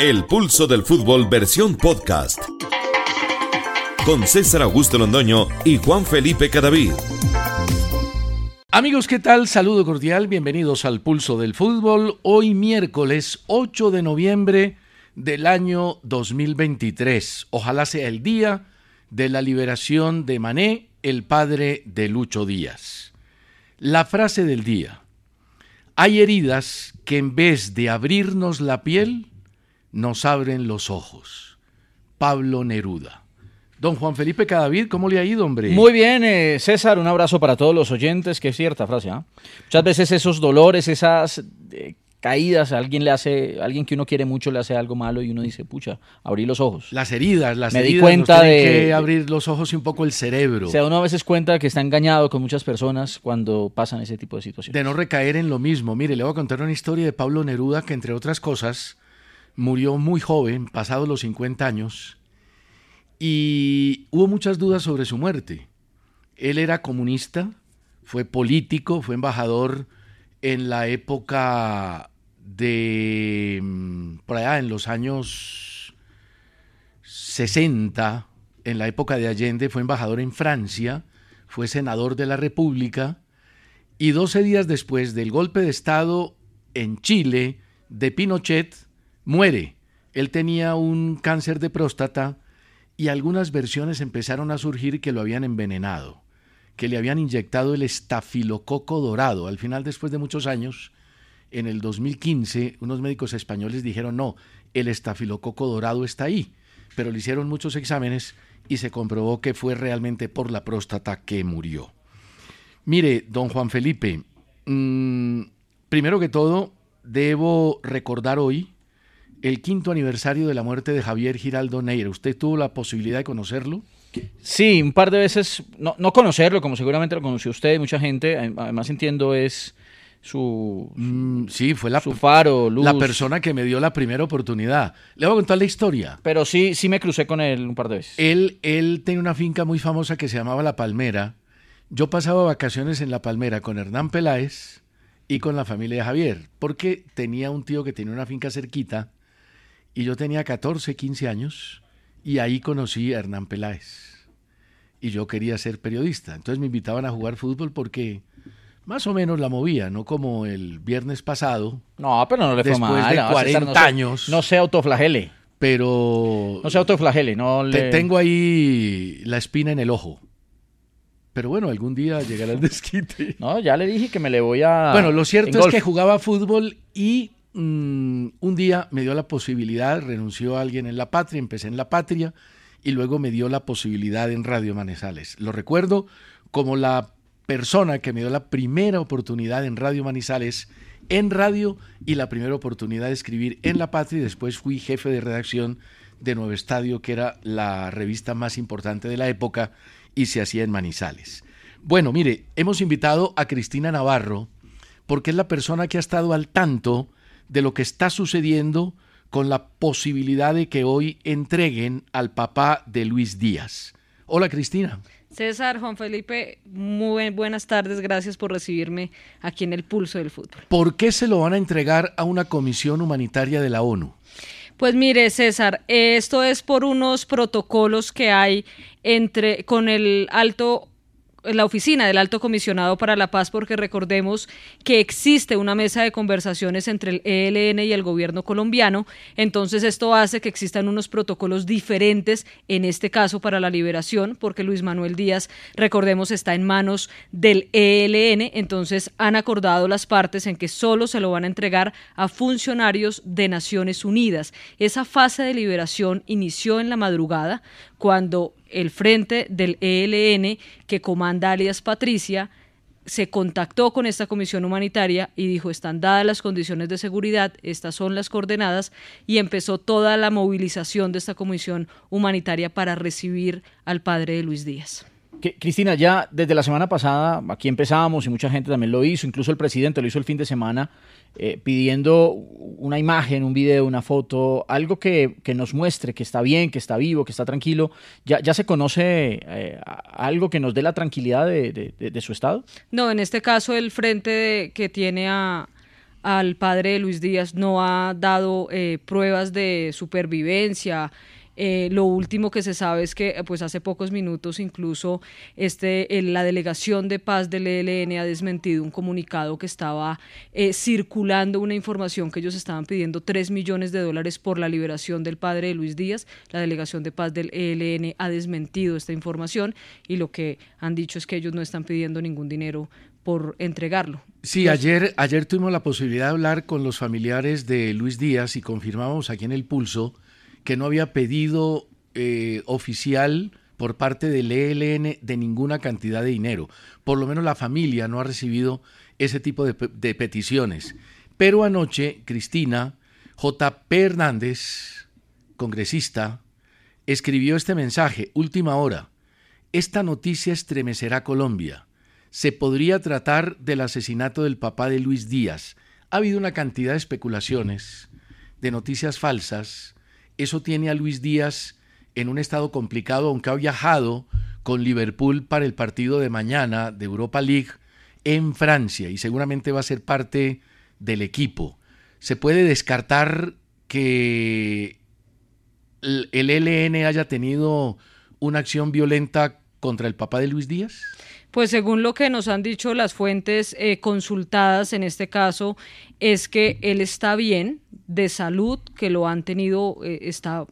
El pulso del fútbol versión podcast. Con César Augusto Londoño y Juan Felipe Cadavid. Amigos, ¿qué tal? Saludo cordial, bienvenidos al Pulso del Fútbol. Hoy miércoles 8 de noviembre del año 2023. Ojalá sea el día de la liberación de Mané, el padre de Lucho Díaz. La frase del día. Hay heridas que en vez de abrirnos la piel, nos abren los ojos. Pablo Neruda. Don Juan Felipe Cadavid, ¿cómo le ha ido, hombre? Muy bien, eh, César, un abrazo para todos los oyentes, que es cierta frase. ¿ah? Muchas veces esos dolores, esas eh, caídas, alguien le hace, alguien que uno quiere mucho le hace algo malo y uno dice, pucha, abrí los ojos. Las heridas, las Me di heridas. cuenta nos tienen de- que abrir los ojos y un poco el cerebro. O sea, uno a veces cuenta que está engañado con muchas personas cuando pasan ese tipo de situaciones. De no recaer en lo mismo. Mire, le voy a contar una historia de Pablo Neruda que, entre otras cosas, murió muy joven, pasados los 50 años, y hubo muchas dudas sobre su muerte. Él era comunista, fue político, fue embajador en la época de, mm, por allá, en los años 60, en la época de Allende, fue embajador en Francia, fue senador de la República, y 12 días después del golpe de Estado en Chile de Pinochet, muere. Él tenía un cáncer de próstata y algunas versiones empezaron a surgir que lo habían envenenado, que le habían inyectado el estafilococo dorado. Al final, después de muchos años, en el 2015, unos médicos españoles dijeron, no, el estafilococo dorado está ahí, pero le hicieron muchos exámenes y se comprobó que fue realmente por la próstata que murió. Mire, don Juan Felipe, mm, primero que todo, debo recordar hoy el quinto aniversario de la muerte de Javier Giraldo Neira. ¿Usted tuvo la posibilidad de conocerlo? Sí, un par de veces, no, no conocerlo, como seguramente lo conoció usted y mucha gente, adem- además entiendo es su, Mm, sí, fue la, su faro, luz. la persona que me dio la primera oportunidad. Le voy a contar la historia. Pero sí, sí me crucé con él un par de veces. Él, él tenía una finca muy famosa que se llamaba La Palmera. Yo pasaba vacaciones en La Palmera con Hernán Peláez y con la familia de Javier, porque tenía un tío que tenía una finca cerquita y yo tenía 14, 15 años y ahí conocí a Hernán Peláez. Y yo quería ser periodista. Entonces me invitaban a jugar fútbol porque más o menos la movía, no como el viernes pasado, no, pero no le fue después mal. de no, César, 40 no se- años. No se autoflagele. pero... No se autoflagele, no le... Te tengo ahí la espina en el ojo. Pero bueno, algún día llegará el desquite. No, ya le dije que me le voy a. bueno, lo cierto en es golf. que jugaba fútbol y mm, un día me dio la posibilidad, renunció a alguien en la patria, empecé en la patria y luego me dio la posibilidad en Radio Manizales. Lo recuerdo como la persona que me dio la primera oportunidad en Radio Manizales, en radio y la primera oportunidad de escribir en la patria y después fui jefe de redacción de Nuevo Estadio, que era la revista más importante de la época y se hacía en Manizales. Bueno, mire, hemos invitado a Cristina Navarro, porque es la persona que ha estado al tanto de lo que está sucediendo con la posibilidad de que hoy entreguen al papá de Luis Díaz. Hola Cristina. César, Juan Felipe, muy buenas tardes, gracias por recibirme aquí en el Pulso del Fútbol. ¿Por qué se lo van a entregar a una comisión humanitaria de la ONU? Pues mire, César, eh, esto es por unos protocolos que hay entre con el alto la oficina del Alto Comisionado para la Paz, porque recordemos que existe una mesa de conversaciones entre el ELN y el gobierno colombiano. Entonces, esto hace que existan unos protocolos diferentes, en este caso para la liberación, porque Luis Manuel Díaz, recordemos, está en manos del ELN. Entonces, han acordado las partes en que solo se lo van a entregar a funcionarios de Naciones Unidas. Esa fase de liberación inició en la madrugada cuando el frente del ELN que comanda alias Patricia se contactó con esta comisión humanitaria y dijo están dadas las condiciones de seguridad, estas son las coordenadas y empezó toda la movilización de esta comisión humanitaria para recibir al padre de Luis Díaz. Cristina, ya desde la semana pasada, aquí empezábamos y mucha gente también lo hizo, incluso el presidente lo hizo el fin de semana, eh, pidiendo una imagen, un video, una foto, algo que, que, nos muestre que está bien, que está vivo, que está tranquilo. ¿Ya, ya se conoce eh, algo que nos dé la tranquilidad de, de, de, de, su estado? No, en este caso el frente que tiene a, al padre de Luis Díaz no ha dado eh, pruebas de supervivencia. Eh, lo último que se sabe es que pues hace pocos minutos incluso este, eh, la delegación de paz del ELN ha desmentido un comunicado que estaba eh, circulando una información que ellos estaban pidiendo 3 millones de dólares por la liberación del padre de Luis Díaz. La delegación de paz del ELN ha desmentido esta información y lo que han dicho es que ellos no están pidiendo ningún dinero por entregarlo. Sí, ayer, ayer tuvimos la posibilidad de hablar con los familiares de Luis Díaz y confirmamos aquí en el pulso que no había pedido eh, oficial por parte del ELN de ninguna cantidad de dinero. Por lo menos la familia no ha recibido ese tipo de, de peticiones. Pero anoche, Cristina J.P. Hernández, congresista, escribió este mensaje, última hora. Esta noticia estremecerá Colombia. Se podría tratar del asesinato del papá de Luis Díaz. Ha habido una cantidad de especulaciones, de noticias falsas, eso tiene a Luis Díaz en un estado complicado, aunque ha viajado con Liverpool para el partido de mañana de Europa League en Francia y seguramente va a ser parte del equipo. Se puede descartar que el ELN haya tenido una acción violenta contra el papá de Luis Díaz. Pues según lo que nos han dicho las fuentes eh, consultadas en este caso, es que él está bien de salud, que lo han tenido, eh, está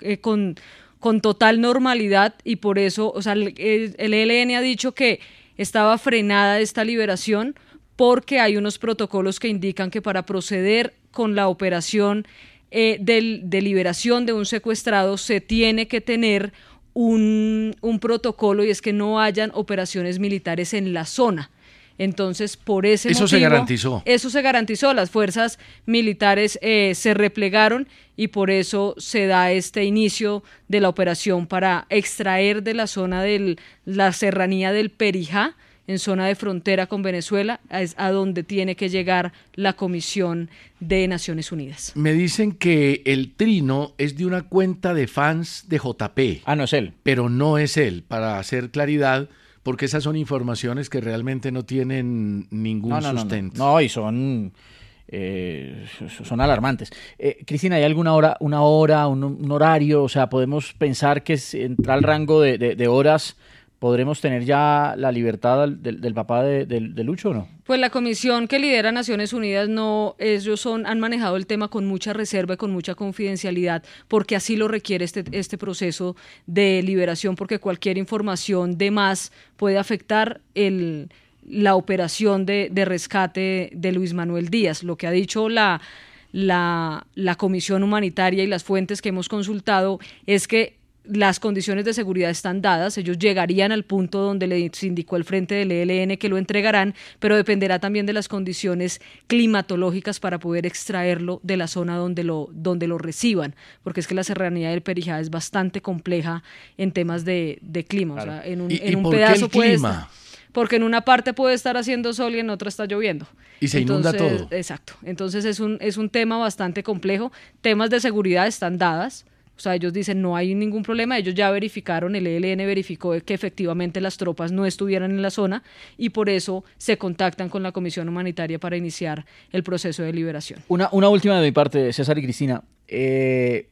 eh, con, con, total normalidad y por eso, o sea, el, el ELN ha dicho que estaba frenada esta liberación porque hay unos protocolos que indican que para proceder con la operación de, de liberación de un secuestrado se tiene que tener un, un, protocolo y es que no hayan operaciones militares en la zona. Entonces, por ese eso motivo. Eso se garantizó. Eso se garantizó. Las fuerzas militares eh, se replegaron y por eso se da este inicio de la operación para extraer de la zona de la serranía del Perijá, en zona de frontera con Venezuela, es a donde tiene que llegar la Comisión de Naciones Unidas. Me dicen que el trino es de una cuenta de fans de JP. Ah, no es él. Pero no es él, para hacer claridad, porque esas son informaciones que realmente no tienen ningún no, no, sustento. No, no, y son... Eh, son alarmantes. Eh, Cristina, ¿hay alguna hora, una hora, un, un, horario? O sea, podemos pensar que entra al rango de, de, de horas ¿Podremos tener ya la libertad del, del papá de, del, de, Lucho o no? Pues la comisión que lidera Naciones Unidas no, ellos son, han manejado el tema con mucha reserva y con mucha confidencialidad, porque así lo requiere este, este proceso de liberación, porque cualquier información de más puede afectar el, la operación de, de rescate de Luis Manuel Díaz. Lo que ha dicho la, la, la comisión humanitaria y las fuentes que hemos consultado es que las condiciones de seguridad están dadas, ellos llegarían al punto donde les indicó el frente del ELN que lo entregarán, pero dependerá también de las condiciones climatológicas para poder extraerlo de la zona donde lo, donde lo reciban, porque es que la serranía del Perijá es bastante compleja en temas de, de clima. Claro. O sea, en un, ¿Y, en ¿y un por pedazo qué el clima? Puede porque en una parte puede estar haciendo sol y en otra está lloviendo. Y se Entonces, inunda todo. Exacto. Entonces es un, es un tema bastante complejo. Temas de seguridad están dadas. O sea, ellos dicen no hay ningún problema, ellos ya verificaron, el ELN verificó que efectivamente las tropas no estuvieran en la zona y por eso se contactan con la Comisión Humanitaria para iniciar el proceso de liberación. Una, una última de mi parte, César y Cristina. Eh,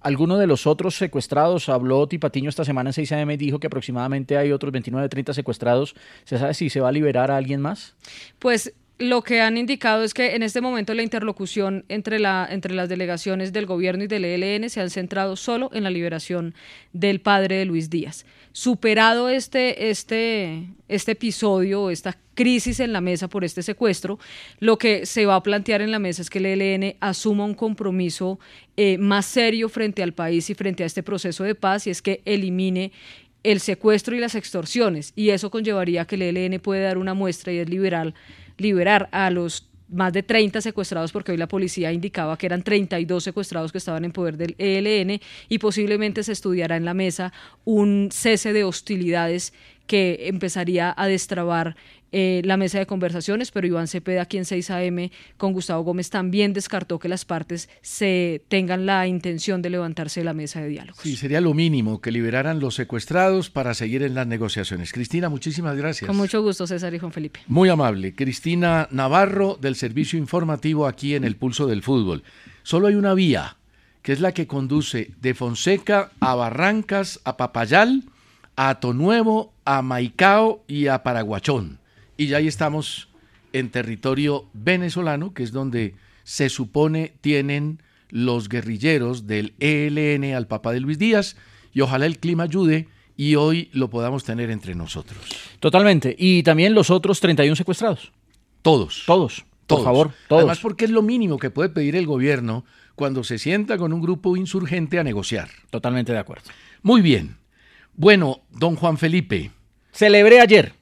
alguno de los otros secuestrados, habló Tipatiño esta semana en 6 AM y dijo que aproximadamente hay otros 29, 30 secuestrados. ¿Se sabe si se va a liberar a alguien más? Pues lo que han indicado es que en este momento la interlocución entre, la, entre las delegaciones del gobierno y del ELN se han centrado solo en la liberación del padre de Luis Díaz. Superado este, este, este episodio, esta crisis en la mesa por este secuestro, lo que se va a plantear en la mesa es que el ELN asuma un compromiso eh, más serio frente al país y frente a este proceso de paz y es que elimine el secuestro y las extorsiones y eso conllevaría que el ELN puede dar una muestra y es liberal liberar a los más de 30 secuestrados, porque hoy la policía indicaba que eran 32 secuestrados que estaban en poder del ELN y posiblemente se estudiará en la mesa un cese de hostilidades que empezaría a destrabar eh, la mesa de conversaciones, pero Iván Cepeda aquí en 6am con Gustavo Gómez también descartó que las partes se tengan la intención de levantarse de la mesa de diálogo. Sí, sería lo mínimo que liberaran los secuestrados para seguir en las negociaciones. Cristina, muchísimas gracias. Con mucho gusto, César y Juan Felipe. Muy amable. Cristina Navarro del Servicio Informativo aquí en El Pulso del Fútbol. Solo hay una vía, que es la que conduce de Fonseca a Barrancas, a Papayal, a Atonuevo, a Maicao y a Paraguachón y ya ahí estamos en territorio venezolano, que es donde se supone tienen los guerrilleros del ELN al papá de Luis Díaz, y ojalá el clima ayude y hoy lo podamos tener entre nosotros. Totalmente, y también los otros 31 secuestrados. Todos. Todos. Por Todos. favor, todos. Además, porque es lo mínimo que puede pedir el gobierno cuando se sienta con un grupo insurgente a negociar. Totalmente de acuerdo. Muy bien. Bueno, don Juan Felipe, Celebré ayer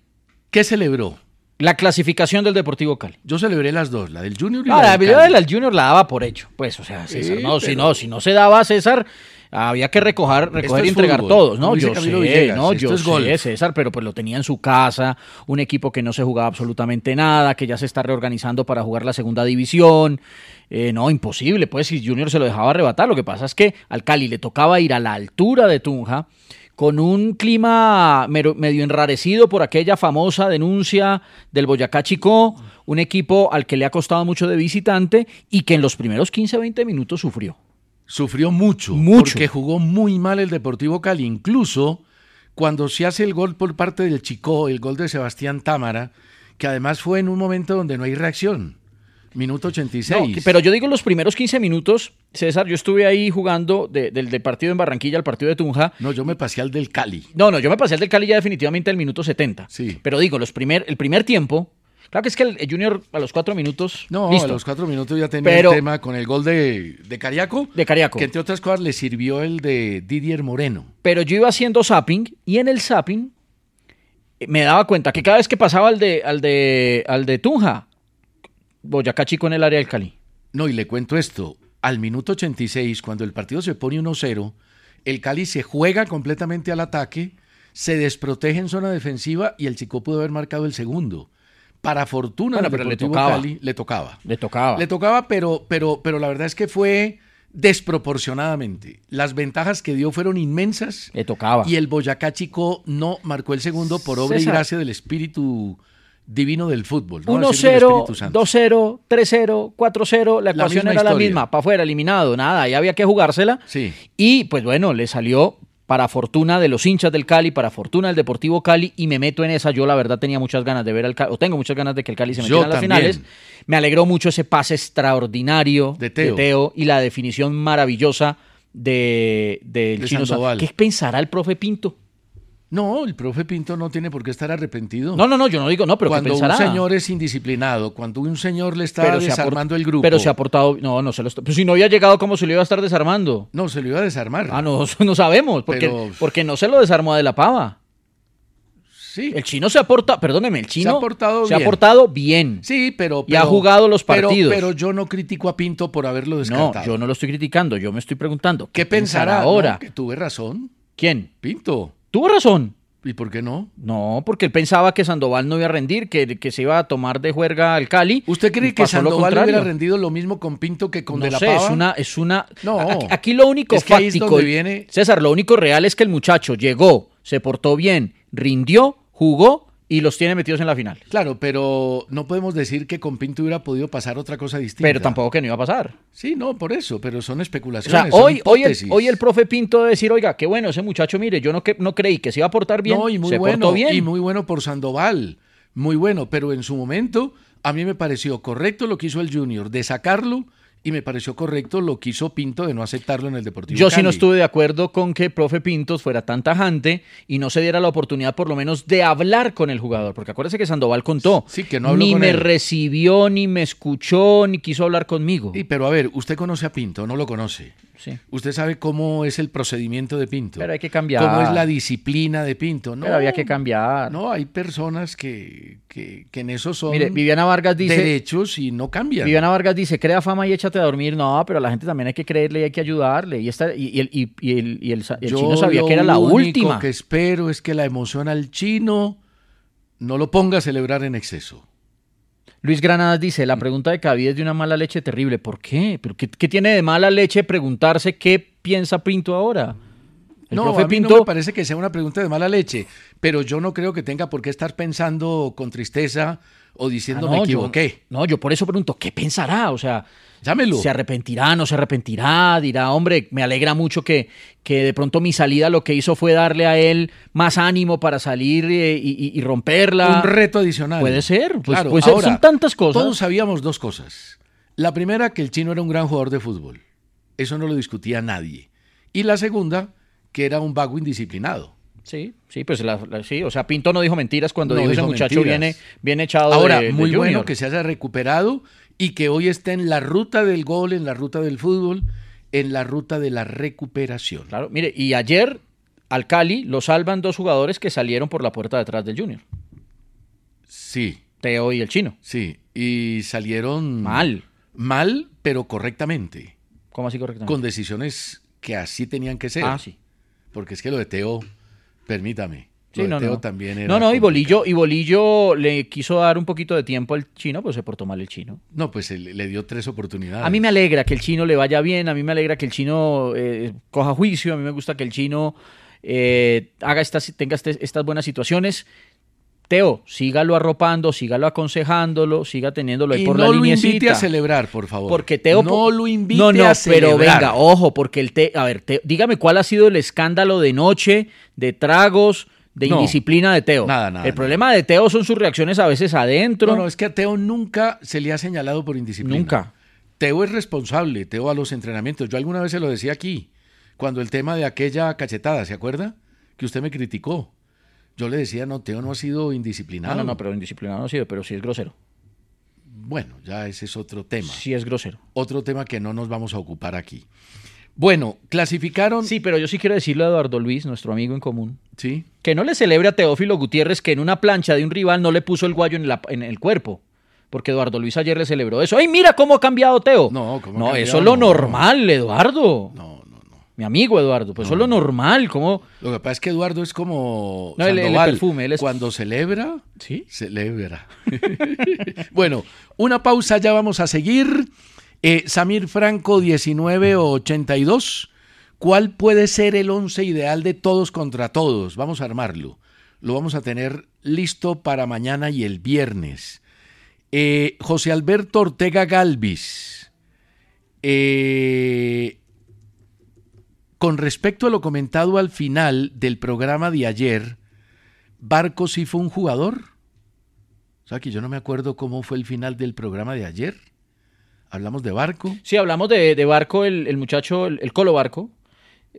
¿qué celebró? la clasificación del Deportivo Cali. Yo celebré las dos, la del Junior y Ah, la, la del vida Cali. del Junior la daba por hecho. Pues, o sea, César, Sí, no, si, pero- no, si no se daba César, había que recoger, recoger y es entregar fútbol, todos, ¿no? como dice Yo sé, Camilo Villegas, ¿no? esto Yo es golf. sé, César, pero pues lo tenía en su casa, un equipo que no se jugaba absolutamente nada, que ya se está reorganizando para jugar la segunda división. Eh, no, imposible, pues si Junior se lo dejaba arrebatar. Lo que pasa es que al Cali le tocaba ir a la altura de Tunja con un clima mero- medio enrarecido por aquella famosa denuncia del Boyacá Chico, un equipo al que le ha costado mucho de visitante y que en los primeros 15, 20 minutos sufrió. Sufrió mucho, Mucho. porque jugó muy mal el Deportivo Cali. Incluso cuando se hace el gol por parte del Chico, el gol de Sebastián Támara, que además fue en un momento donde no hay reacción. Minuto 86. No, que- pero yo digo los primeros 15 minutos, César, yo estuve ahí jugando de- del, del partido en Barranquilla al partido de Tunja. No, yo me pasé al del Cali. No, no, yo me pasé al del Cali ya definitivamente al minuto 70. Sí. Pero digo, los primer, el primer tiempo, claro que es que el el Junior a los cuatro minutos. No, listo. a los cuatro minutos ya tenía Pero- el tema con el gol de, de Cariaco. De Cariaco. Que entre otras cosas le sirvió el de Didier Moreno. pero yo iba haciendo zapping y en el zapping eh, me daba cuenta que cada vez que pasaba al de, al de, al de Tunja, Boyacá Chico en el área del Cali. No, y le cuento esto. Al minuto 86, cuando el partido se pone 1-0, el Cali se juega completamente al ataque, se desprotege en zona defensiva y el Chico pudo haber marcado el segundo. Para fortuna Bueno, del pero le Deportivo tocaba. Cali le tocaba. Le tocaba. Le tocaba, pero, pero, pero la verdad es que fue desproporcionadamente. Las ventajas que dio fueron inmensas Le tocaba. y el Boyacá Chico no marcó el segundo por obra César. y gracia del espíritu divino del fútbol. ¿no? Así del 1-0, Espíritu Santo. 2-0, 3-0, 4-0, la ecuación misma era la historia. misma, para afuera, eliminado, nada, ahí había que jugársela. Sí. Y pues bueno, le salió para fortuna de los hinchas del Cali, para fortuna del Deportivo Cali, y me meto en esa. Yo la verdad tenía muchas ganas de ver al Cali, o tengo muchas ganas de que el Cali se Yo metiera en las también. finales. Me alegró mucho ese pase extraordinario De Teo. y la definición maravillosa de, del De Chino Sa- Sandoval. ¿Qué pensará el profe Pinto? No, el profe Pinto no tiene por qué estar arrepentido. No, no, no, yo no digo, no, pero ¿qué cuando pensará? un señor es indisciplinado, cuando un señor le está se ha por- desarmando el grupo. Pero se ha portado. No, no se lo está- Pues si no había llegado, ¿cómo se lo iba a estar desarmando? No, se lo iba a desarmar. Ah, no, eso no sabemos. Porque, Pero- porque no se lo desarmó a De la Pava. Sí. El chino se ha portado. Perdóneme, el chino. ha portado se ha bien. portado bien. Sí, pero, Y ha pero- jugado los pero- partidos. Pero, yo no critico a Pinto por haberlo no, descartado. yo no lo estoy criticando. Yo me estoy preguntando. pues ¿Qué pensará ahora? No, que tuve razón, ¿Quién? Pinto. Tuvo razón. ¿Y por qué no? No, porque él pensaba que Sandoval no iba a rendir, que, que se iba a tomar de juerga al Cali. ¿Usted cree Y que pasó lo Sandoval contrario. hubiera rendido lo mismo con Pinto que con no De La sé, Pava? es una, es una. No. a- a- Aquí lo único Es que ahí es fáctico. donde viene- César, lo único real es que el muchacho llegó, se portó bien, rindió, jugó y los tiene metidos en la final. Claro, pero no podemos decir que con Pinto hubiera podido pasar otra cosa distinta. Pero tampoco que no iba a pasar. Sí, no, por eso, pero son O sea, especulaciones. son hoy, hoy, el, hipótesis. hoy el profe Pinto debe decir, oiga, qué bueno ese muchacho, mire, yo no, que, no creí que se iba a portar bien, No, y muy se bueno, portó bien. y muy bueno por Sandoval, muy bueno, pero en su momento a mí me pareció correcto lo que hizo el Junior de sacarlo y me pareció correcto lo que hizo Pinto de no aceptarlo en el Deportivo Yo sí Cali. no estuve de acuerdo con que el profe Pintos fuera tan tajante y no se diera la oportunidad por lo menos de hablar con el jugador, porque acuérdese que Sandoval contó, Sí, que no habló ni con me él. recibió, ni me escuchó, ni quiso hablar conmigo. Sí, pero a ver, usted conoce a Pinto, no lo conoce. Sí. Usted sabe cómo es el procedimiento de Pinto. Pero hay que cambiar. Cómo es la disciplina de Pinto. No, Pero había que cambiar. Ah, No, hay personas que, que, que en eso son Mire, Viviana Vargas dice, derechos y no cambian. Viviana Vargas dice, crea fama y échate a dormir. No, pero a la gente también hay que creerle y hay que ayudarle. Y, esta, y, y el, y- y el- y el sa- el Yo chino sabía lo que era la único última. que espero es que la emoción al chino no lo ponga a celebrar en exceso. Luis Granadas dice, Mm. la pregunta de Cavi es de una mala leche terrible. ¿Por qué? ¿Pero qué, qué tiene de mala leche preguntarse qué piensa Pinto ahora? El no, profe a mí Pinto, no me parece que sea una pregunta de mala leche, pero yo no creo que tenga por qué estar pensando con tristeza o Ah, diciendo no, me yo- equivoqué. no, yo por eso pregunto, ¿qué pensará? O sea, Llámelo. ¿Se arrepentirá? ¿No se arrepentirá? Dirá, hombre, me alegra mucho que, que de pronto mi salida lo que hizo fue darle a él más ánimo para salir eh, y, y- y romperla. Un reto adicional. Puede ser, pues, puede ser, son tantas cosas. Todos sabíamos dos cosas. La primera, que el chino era un gran jugador de fútbol. Eso no lo discutía nadie. Y la segunda, que era un vago indisciplinado. Sí, sí, pues la- la- sí, o sea, Pinto no dijo mentiras cuando No dijo ese dijo muchacho mentiras. viene, viene echado Ahora, de- de muy bueno junior". que se haya recuperado y que hoy esté en la ruta del gol, en la ruta del fútbol, en la ruta de la recuperación. Claro, mire, y ayer al Cali lo salvan dos jugadores que salieron por la puerta detrás del Junior, Sí, Teo y el chino. sí. Y salieron Mal. Mal, pero correctamente. ¿Cómo así correctamente? Con decisiones que así tenían que ser. Ah, sí. Porque es que lo de Teo, permítame. lo Sí, de no, Teo no. también era. no, no, y complicado. Bolillo, y Bolillo le quiso dar un poquito de tiempo al chino, pues se portó mal el chino. No, pues él- le dio tres oportunidades. A mí me alegra que el chino le vaya bien, a mí me alegra que el chino eh, coja juicio, a mí me gusta que el chino eh, haga estas, tenga este- estas buenas situaciones. Teo, sígalo arropando, sígalo aconsejándolo, siga teniéndolo ahí y por no la lo invite liniecita. a celebrar, por favor. Porque Teo no lo invite No, no, a pero celebrar. venga, ojo, porque el Teo, a ver, Teo- dígame cuál ha sido el escándalo de noche, de tragos, de No. indisciplina de Teo. Nada, nada, El nada. problema de Teo son sus reacciones a veces adentro. No, no, es que a Teo nunca se le ha señalado por indisciplina. Nunca. Ah, Teo es responsable, Teo a los entrenamientos. Yo alguna vez se lo decía aquí, cuando el tema de aquella cachetada, ¿se acuerda? Que usted me criticó. Yo le decía, no, Teo no ha sido no, indisciplinado. no, no, pero indisciplinado no ha sido, pero sí es grosero. Bueno, ya ese es otro tema. Sí es grosero. Otro tema que no nos vamos a ocupar aquí. Bueno, clasificaron. Sí, pero yo sí quiero decirle a Eduardo Luis, nuestro amigo en común, Sí. que no le celebre a Teófilo Gutiérrez que en una plancha de un rival no le puso el guayo en, la- en el cuerpo. Porque Eduardo Luis ayer le celebró eso. ¡Ay, mira cómo ha cambiado Teo! No, ¿cómo ha no cambiado? eso es lo No. normal, Eduardo. No, no, no. Mi amigo Eduardo, pues eso es lo normal. ¿Cómo? Lo que pasa es que Eduardo es como No, él- él es Sandoval. perfume, él es- Cuando celebra, ¿Sí? celebra. bueno, una pausa, ya vamos a seguir. Eh, Samir Franco, 1982. ¿Cuál puede ser el once ideal de todos contra todos? Vamos a armarlo. Lo vamos a tener listo para mañana y el viernes. Eh, José Alberto Ortega Galvis. Eh, con respecto a lo comentado al final del programa de ayer, ¿Barco sí fue un jugador? O sea, que yo no me acuerdo cómo fue el final del programa de ayer. Hablamos de Barco. Sí, hablamos de, de Barco, el, el muchacho, el, el Colo Barco,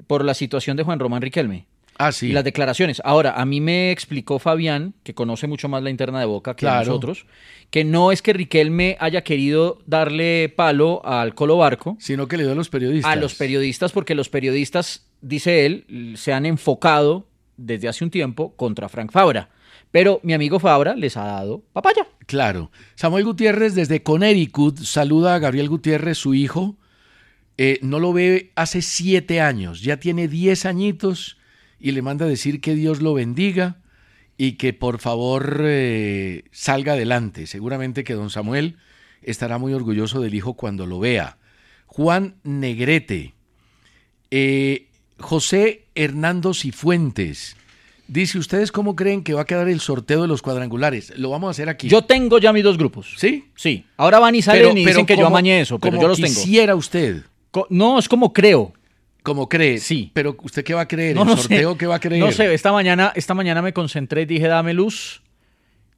por la situación de Juan Román Riquelme Ah, sí. y las declaraciones. Ahora, a mí me explicó Fabián, que conoce mucho más la interna de Boca que Claro. nosotros, que no es que Riquelme haya querido darle palo al Colo Barco, Sino que le dio a los periodistas. a los periodistas, porque los periodistas, dice él, se han enfocado desde hace un tiempo contra Frank Fabra. Pero mi amigo Fabra les ha dado papaya. Claro. Samuel Gutiérrez desde Connecticut saluda a Gabriel Gutiérrez, su hijo. Eh, no lo ve hace siete años, ya tiene diez añitos y le manda a decir que Dios lo bendiga y que por favor eh, salga adelante. Seguramente que don Samuel estará muy orgulloso del hijo cuando lo vea. Juan Negrete, eh, José Hernando Cifuentes, Dice, ¿ustedes cómo creen que va a quedar el sorteo de los cuadrangulares? Lo vamos a hacer aquí. Yo tengo ya mis dos grupos. ¿Sí? Sí. Ahora van y salen Pero- y pero dicen que yo como- amañé eso, pero como yo los tengo. quisiera usted, Co- No, es como creo. como cree. Sí. Pero ¿usted qué va a creer? No, ¿El no sorteo sé. qué va a creer? No sé, esta mañana, esta mañana me concentré y dije, dame luz.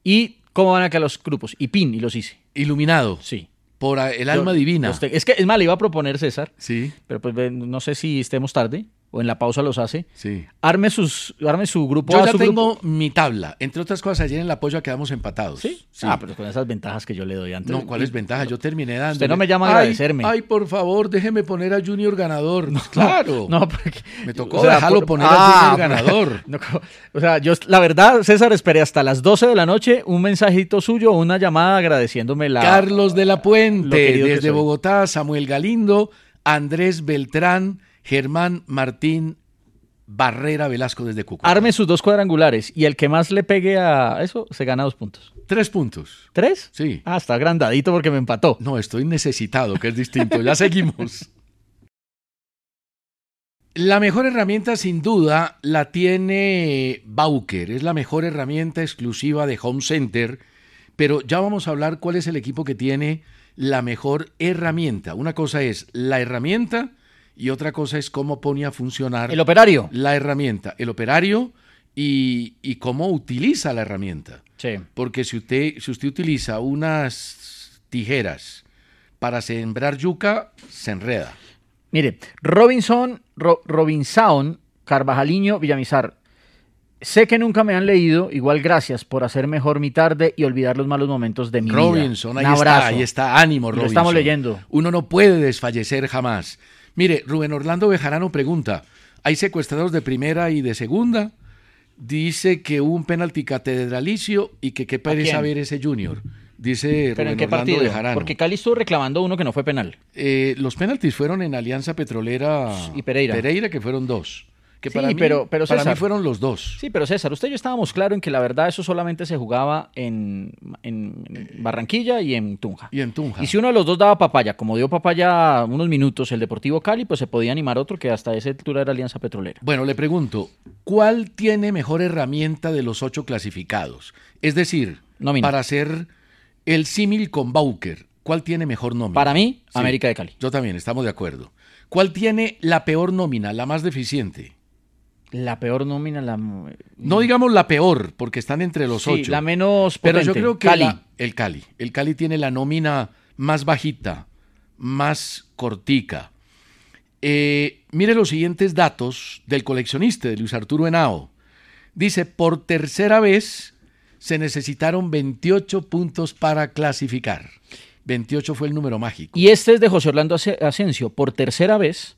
¿Y cómo van a quedar los grupos? Y pin, y los hice. Iluminado. Sí. Por ah, el alma Yo- divina. los te- Es que, es más, le iba a proponer César, Sí, pero pues ven, no sé si estemos tarde o en la pausa los hace. sí. Arme, sus, arme su grupo. Yo haga ya su tengo grupo. mi tabla. Entre otras cosas, ayer en la polla quedamos empatados. ¿Sí? Ah, pero con esas ventajas que yo le doy antes. No, ¿cuál es ventaja? Yo terminé dando. Usted no me llama a Ay, agradecerme. Ay, por favor, déjeme poner a Junior ganador. claro. No, porque- Me tocó dejarlo por- Ah, poner al Junior pero- ganador. no, co- o sea, yo, la verdad, César, esperé hasta las 12 de la noche un mensajito suyo, una llamada agradeciéndome la. Carlos de la lo Puente, querido que desde soy. Bogotá, Samuel Galindo, Andrés Beltrán, Germán Martín Barrera Velasco desde Cúcuta. Arme sus dos cuadrangulares y el que más le pegue a eso se gana dos puntos. Tres puntos. ¿Tres? Sí. Ah, está agrandadito porque me empató. No, estoy necesitado, que es distinto. Ya seguimos. La mejor herramienta, sin duda, la tiene Bauker. Es la mejor herramienta exclusiva de Home Center. Pero ya vamos a hablar cuál es el equipo que tiene la mejor herramienta. Una cosa es la herramienta y otra cosa es cómo pone a funcionar El operario. la herramienta, el operario y, y cómo utiliza la herramienta. Sí. Porque si usted, si usted utiliza unas tijeras para sembrar yuca, se enreda. Mire, Robinson, Ro- Robinson, Carvajaliño, Villamizar. Sé que nunca me han leído, igual gracias por hacer mejor mi tarde y olvidar los malos momentos de mi vida. Robinson, ahí Un está, abrazo. ahí está, ánimo, Lo Robinson. estamos leyendo. Uno no puede desfallecer jamás. Mire, Rubén Orlando Bejarano pregunta, ¿hay secuestrados de primera y de segunda? Dice que hubo un penalti catedralicio y que qué pereza quién? ver ese junior. Dice Rubén ¿Pero en qué Orlando partido? Bejarano. Porque Cali estuvo reclamando uno que no fue penal. Eh, los penaltis fueron en Alianza Petrolera Y Pereira. que fueron dos. Que Sí, para, mí, pero- pero para mí César. fueron los dos. Sí, pero César, usted y yo estábamos claro en que la verdad eso solamente se jugaba en, en- en Barranquilla y en Tunja. Y en Tunja. Y si uno de los dos daba papaya, como dio papaya unos minutos el Deportivo Cali, pues se podía animar otro que hasta esa altura era Alianza Petrolera. Bueno, le pregunto, ¿cuál tiene mejor herramienta de los ocho clasificados? Es decir, Nómina. para hacer el símil con Bauker, ¿cuál tiene mejor nómina? Para mí, Sí. América de Cali. Yo también, estamos de acuerdo. ¿Cuál tiene la peor nómina, la más deficiente? La peor nómina, la... No digamos la peor, porque están entre los Sí, ocho. la menos Pero yo potente, creo que Cali. la- el Cali. El Cali tiene la nómina más bajita, más cortica. Eh, mire los siguientes datos del coleccionista, de Luis Arturo Henao. Dice, por tercera vez se necesitaron 28 puntos para clasificar. 28 fue el número mágico. Y este es de José Orlando Ace- Asensio. Por tercera vez,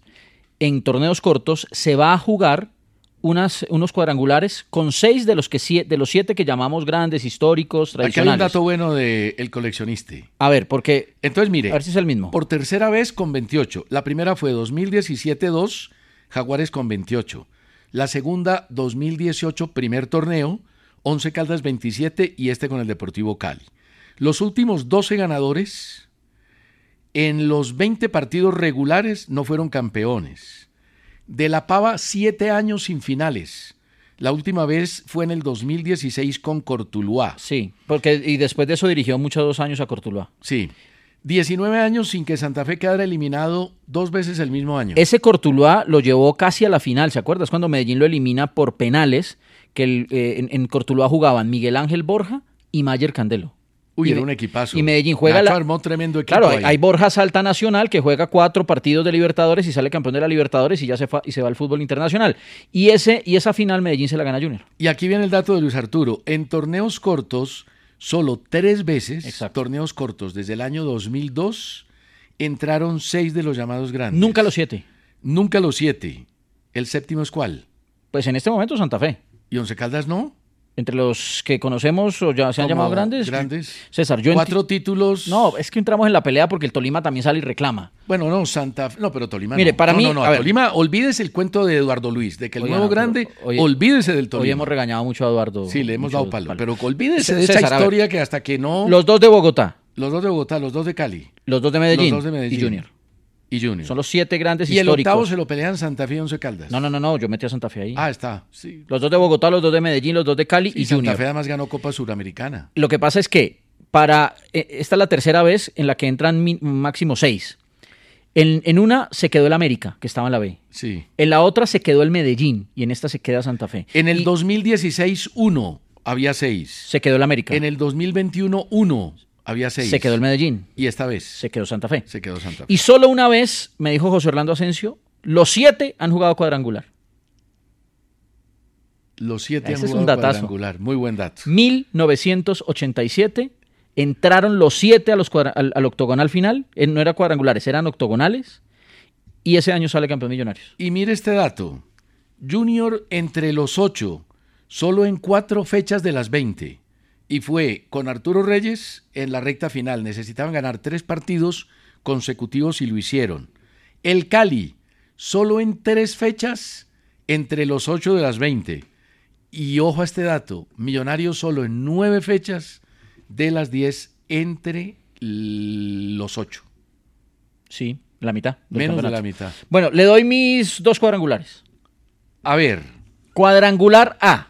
en torneos cortos, se va a jugar unas, unos cuadrangulares con seis de los, que, sie- de los siete que llamamos grandes, históricos, Aquí hay un tradicionales. dato bueno del coleccionista. A ver, porque... Entonces, mire, A ver si es el mismo. por tercera vez con 28. La primera fue 2017-2, Jaguares con 28. La segunda, 2018, primer torneo, 11 Caldas 27 y este con el Deportivo Cali. Los últimos 12 ganadores en los 20 partidos regulares no fueron campeones. De la Pava, 7 años sin finales. La última vez fue en el 2016 con Cortuluá. Sí, porque y después de eso dirigió muchos dos años a Cortuluá. Sí. 19 años sin que Santa Fe quedara eliminado dos veces el mismo año. Ese Cortuluá lo llevó casi a la final, ¿se acuerdas? Cuando Medellín lo elimina por penales, que el, eh, en, en Cortuluá jugaban Miguel Ángel Borja y Mayer Candelo. Uy, y era Me- un equipazo. y Medellín juega Nacho la- armó tremendo equipo. Claro, ahí. hay, hay Borja Salta Nacional que juega cuatro partidos de Libertadores y sale campeón de la Libertadores y ya se, fa- y se va al fútbol internacional. Y, ese, y esa final Medellín se la gana Junior. Y aquí viene el dato de Luis Arturo. En torneos cortos, solo tres veces, Exacto. torneos cortos desde el año 2002, entraron seis de los llamados grandes. Nunca los siete. Nunca los siete. ¿El séptimo es cuál? Pues en este momento Santa Fe. ¿Y Once Caldas no? Entre los que conocemos o ya se han Como llamado grandes. Grandes. César, yo enti- Cuatro títulos. No, es que entramos en la pelea porque el Tolima también sale y reclama. Bueno, no, Santa Fe- No, pero Tolima. Mire, no. para No, mí- No, no, a a ver. Tolima, olvídese el cuento de Eduardo Luis, de que el Oiga, nuevo no, pero grande, hoy- olvídese del Tolima. Hoy hemos regañado mucho a Eduardo. sí, le hemos mucho dado palo, Pero C- olvídese de esa César, a ver, historia que hasta que no. Los, Los dos de Bogotá, dos de Bogotá, los dos de Cali, los dos de Medellín, los dos de Medellín. y Junior. y Junior. Son los siete grandes y el históricos. octavo se lo pelean Santa Fe y Once Caldas. No, no, no, no, yo metí a Santa Fe ahí. Ah, está. Sí. Los dos de Bogotá, los dos de Medellín, los dos de Cali y, Y Santa Junior. Fe además ganó Copa Suramericana. Lo que pasa es que para eh, esta es la tercera vez en la que entran mi- máximo seis. En, en una se quedó el América, que estaba en la B. Sí. En la otra se quedó el Medellín y en esta se queda Santa Fe. En el Y 2016, 1 había 6. se quedó el América. En el 2021, 1 había 6. se quedó el Medellín. Y esta vez se, Se quedó Santa Fe. quedó Santa Fe. Y solo una vez, me dijo José Orlando Asensio, los siete han jugado cuadrangular. Los 7 han Ese es jugado un datazo. cuadrangular. Muy buen dato. 1987 entraron los siete a los cuadra- al, al octogonal final. Eh, No eran cuadrangulares, eran octogonales. Y ese año sale campeón Millonarios. Y mire este dato. Junior entre los 8, solo en 4 fechas de las 20. Y fue con Arturo Reyes en la recta final. Necesitaban ganar 3 partidos consecutivos y lo hicieron. El Cali, solo en 3 fechas entre los 8 de las 20. Y ojo a este dato, Millonarios solo en 9 fechas de las 10 entre l- los 8. Sí, la mitad. del Menos de la campeonato. mitad. Bueno, le doy mis dos cuadrangulares. A ver, Cuadrangular A,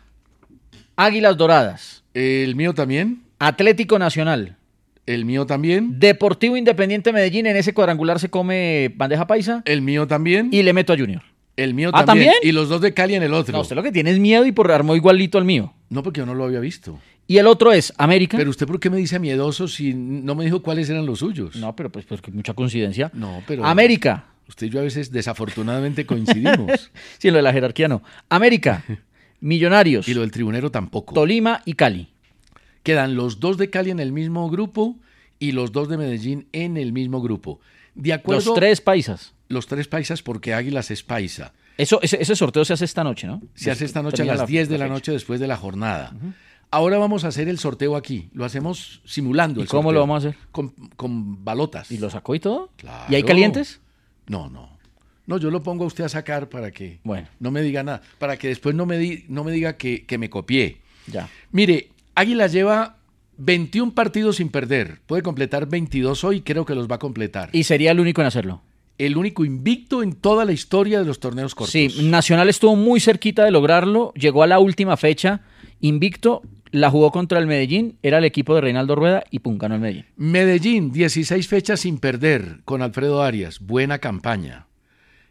Águilas Doradas, el mío también. Atlético Nacional, El mío también. Deportivo Independiente Medellín. En ese cuadrangular se come bandeja paisa El mío también. y le meto a Junior. el mío ¿Ah, también. también? Y los dos de Cali en el otro. No, usted lo que tiene es miedo y por armó igualito al mío. No, porque yo no lo había visto. Y el otro es América. Pero usted, ¿por qué me dice miedoso si no me dijo cuáles eran los suyos? No, pero pues, pues que mucha coincidencia. No, pero- América. Usted y yo a veces desafortunadamente coincidimos. Sí, lo de la jerarquía no. América, Millonarios, y lo del tribunero tampoco. Tolima y Cali. Quedan los dos de Cali en el mismo grupo y los dos de Medellín en el mismo grupo. De acuerdo. Los tres paisas. Los tres paisas, porque Águilas es paisa. Eso, ese, ese sorteo se hace esta noche, ¿no? Se hace esta noche a Termina las 10 de la fecha. noche después de la jornada. Ahora vamos a hacer el sorteo aquí. Lo hacemos simulando. ¿Y el cómo sorteo. lo vamos a hacer? Con, con balotas. ¿Y lo sacó y todo? Claro. ¿Y hay calientes? No, no. No, yo lo pongo a usted a sacar para que Bueno. no me diga nada. Para que después no me, di- no me diga que, que me copié. Ya. Mire, Águila lleva 21 partidos sin perder. Puede completar 22 hoy, creo que los va a completar. Y sería el único en hacerlo. El único invicto en toda la historia de los torneos cortos. Sí, Nacional estuvo muy cerquita de lograrlo. Llegó a la última fecha, invicto, la jugó contra el Medellín, era el equipo de Reinaldo Rueda y pum, ganó el Medellín. Medellín, 16 fechas sin perder con Alfredo Arias, buena campaña.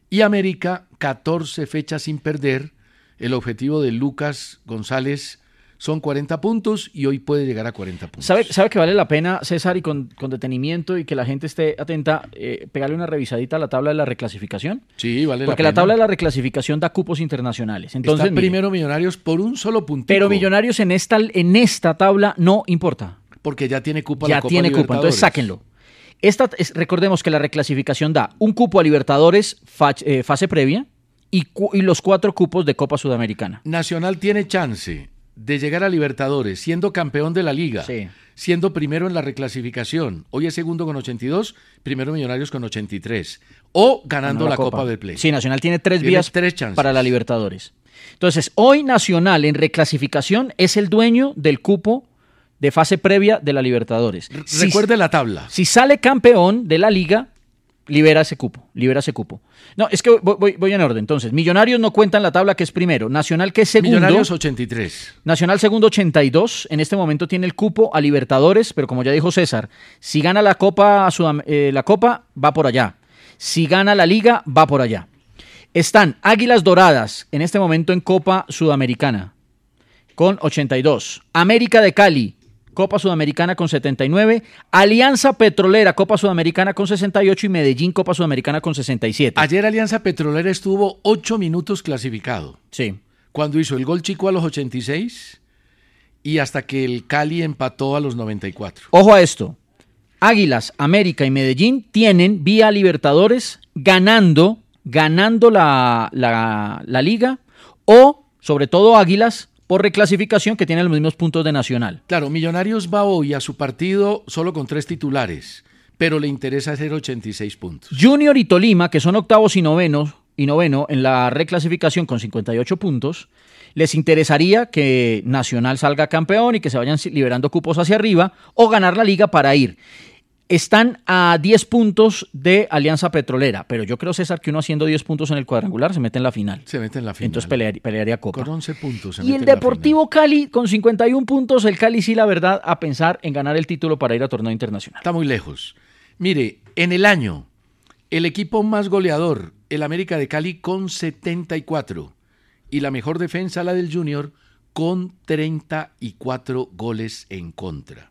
Y América, 14 fechas sin perder. El objetivo de Lucas González son 40 puntos y hoy puede llegar a 40 puntos. ¿Sabe, sabe que vale la pena, César, y con, con detenimiento y que la gente esté atenta, eh, pegarle una revisadita a la tabla de la reclasificación? Sí, vale Porque la, la, pena. tabla de la reclasificación da cupos internacionales. Entonces, Está mire, primero Millonarios por un solo puntito. pero Millonarios en esta, en esta tabla no importa. Porque ya tiene cupo a la Ya Copa tiene cupo, Libertadores. entonces sáquenlo. Esta es- recordemos que la reclasificación da un cupo a Libertadores fa- eh, fase previa y, cu- y los cuatro cupos de Copa Sudamericana. Nacional tiene chance de llegar a Libertadores, siendo campeón de la liga, Sí. siendo primero en la reclasificación. Hoy es segundo con 82, primero Millonarios con 83. O ganando Ganó la Copa, del Play. Sí, Nacional tiene tres Tiene vías tres chances. para la Libertadores. Entonces, hoy Nacional en reclasificación es el dueño del cupo de fase previa de la Libertadores. Si- Recuerde la tabla. Si sale campeón de la liga, libera ese cupo, libera ese cupo. No, es que voy, voy- voy en orden. Entonces, Millonarios no cuentan la tabla que es primero, Nacional que es segundo. Millonarios 83. Nacional segundo 82, en este momento tiene el cupo a Libertadores, pero como ya dijo César, si gana la Copa, Sudam- eh, la Copa va por allá. Si gana la Liga, va por allá. Están Águilas Doradas, en este momento en Copa Sudamericana, con 82. América de Cali, Copa Sudamericana con 79. Alianza Petrolera, Copa Sudamericana con 68. Y Medellín, Copa Sudamericana con 67. Ayer Alianza Petrolera estuvo 8 minutos clasificado. Sí. Cuando hizo el gol chico a los 86 y hasta que el Cali empató a los 94. Ojo a esto. Águilas, América y Medellín tienen vía Libertadores ganando, ganando la, la- la liga o sobre todo Águilas por reclasificación que tienen los mismos puntos de Nacional. Claro, Millonarios va hoy a su partido solo con tres titulares, pero le interesa hacer 86 puntos. Junior y Tolima, que son octavos y novenos y noveno en la reclasificación con 58 puntos, les interesaría que Nacional salga campeón y que se vayan si- liberando cupos hacia arriba o ganar la liga para ir Están a 10 puntos de Alianza Petrolera, pero yo creo, César, que uno haciendo 10 puntos en el cuadrangular se mete en la final. Se mete en la final. Entonces pelear- pelearía Copa. Con 11 puntos. se Y mete el en la Deportivo Cali con 51 puntos, el Cali sí, la verdad, a pensar en ganar el título para ir a torneo internacional. Está muy lejos. Mire, en el año, el equipo más goleador, el América de Cali con 74. Y la mejor defensa, la del Junior, con 34 goles en contra.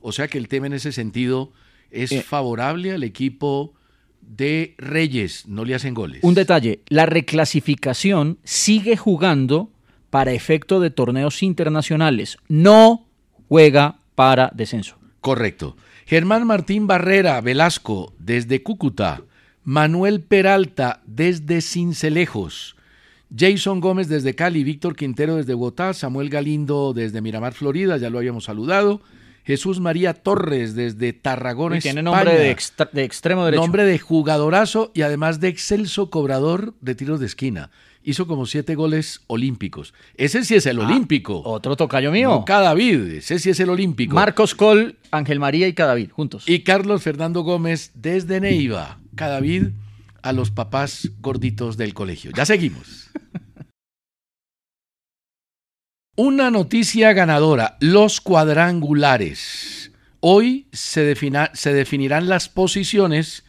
O sea que el tema en ese sentido es Eh. favorable al equipo de Reyes. No le hacen goles. Un detalle, la reclasificación sigue jugando para efecto de torneos internacionales, no juega para descenso. Correcto. Germán Martín Barrera Velasco desde Cúcuta. Manuel Peralta desde Cincelejos. Jason Gómez desde Cali, Víctor Quintero desde Bogotá, Samuel Galindo desde Miramar, Florida, ya lo habíamos saludado. Jesús María Torres desde Tarragona, Y tiene nombre España. de, extra- de extremo derecho. Nombre de jugadorazo y además de excelso cobrador de tiros de esquina. Hizo como siete goles olímpicos. Ese sí es el olímpico. Otro tocayo Ah, mío. Nunca David, ese sí es el olímpico. Marcos Col, Ángel María y Cadavid, juntos. Y Carlos Fernando Gómez desde Neiva, Cadavid a los papás gorditos del colegio. Ya seguimos. Una noticia ganadora, los cuadrangulares. Hoy se, defina- se definirán las posiciones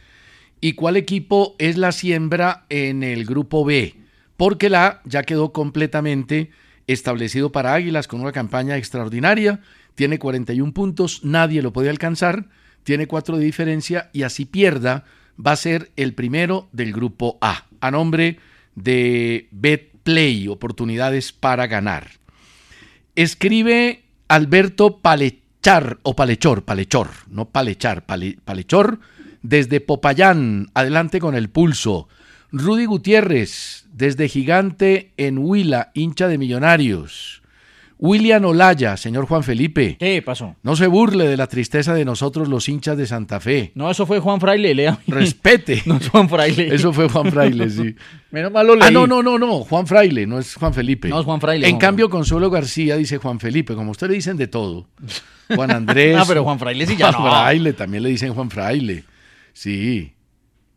y cuál equipo es la siembra en el grupo B, porque la A ya quedó completamente establecido para Águilas con una campaña extraordinaria, tiene 41 puntos, nadie lo puede alcanzar, tiene 4 de diferencia y así pierda, va a ser el primero del grupo A, a nombre de BetPlay, oportunidades para ganar. Escribe Alberto Palechar, o Palechor, Palechor, no Palechar, Pale- Palechor, desde Popayán, adelante con el pulso. Rudy Gutiérrez, desde Gigante en Huila, hincha de Millonarios. William Olaya, señor Juan Felipe, ¿Qué pasó? no se burle de la tristeza de nosotros los hinchas de Santa Fe. No, eso fue Juan Fraile, lea. Respete. No es Juan Fraile. Eso fue Juan Fraile, sí. Menos mal lo leí. Ah, no, no, no, no, Juan Fraile, no es Juan Felipe. No es Juan Fraile, En Juan cambio, Consuelo García dice Juan Felipe, como usted le dicen de todo. Juan Andrés. Ah, pero Juan Fraile sí ya Juan no. Fraile, también le dicen Juan Fraile. Sí.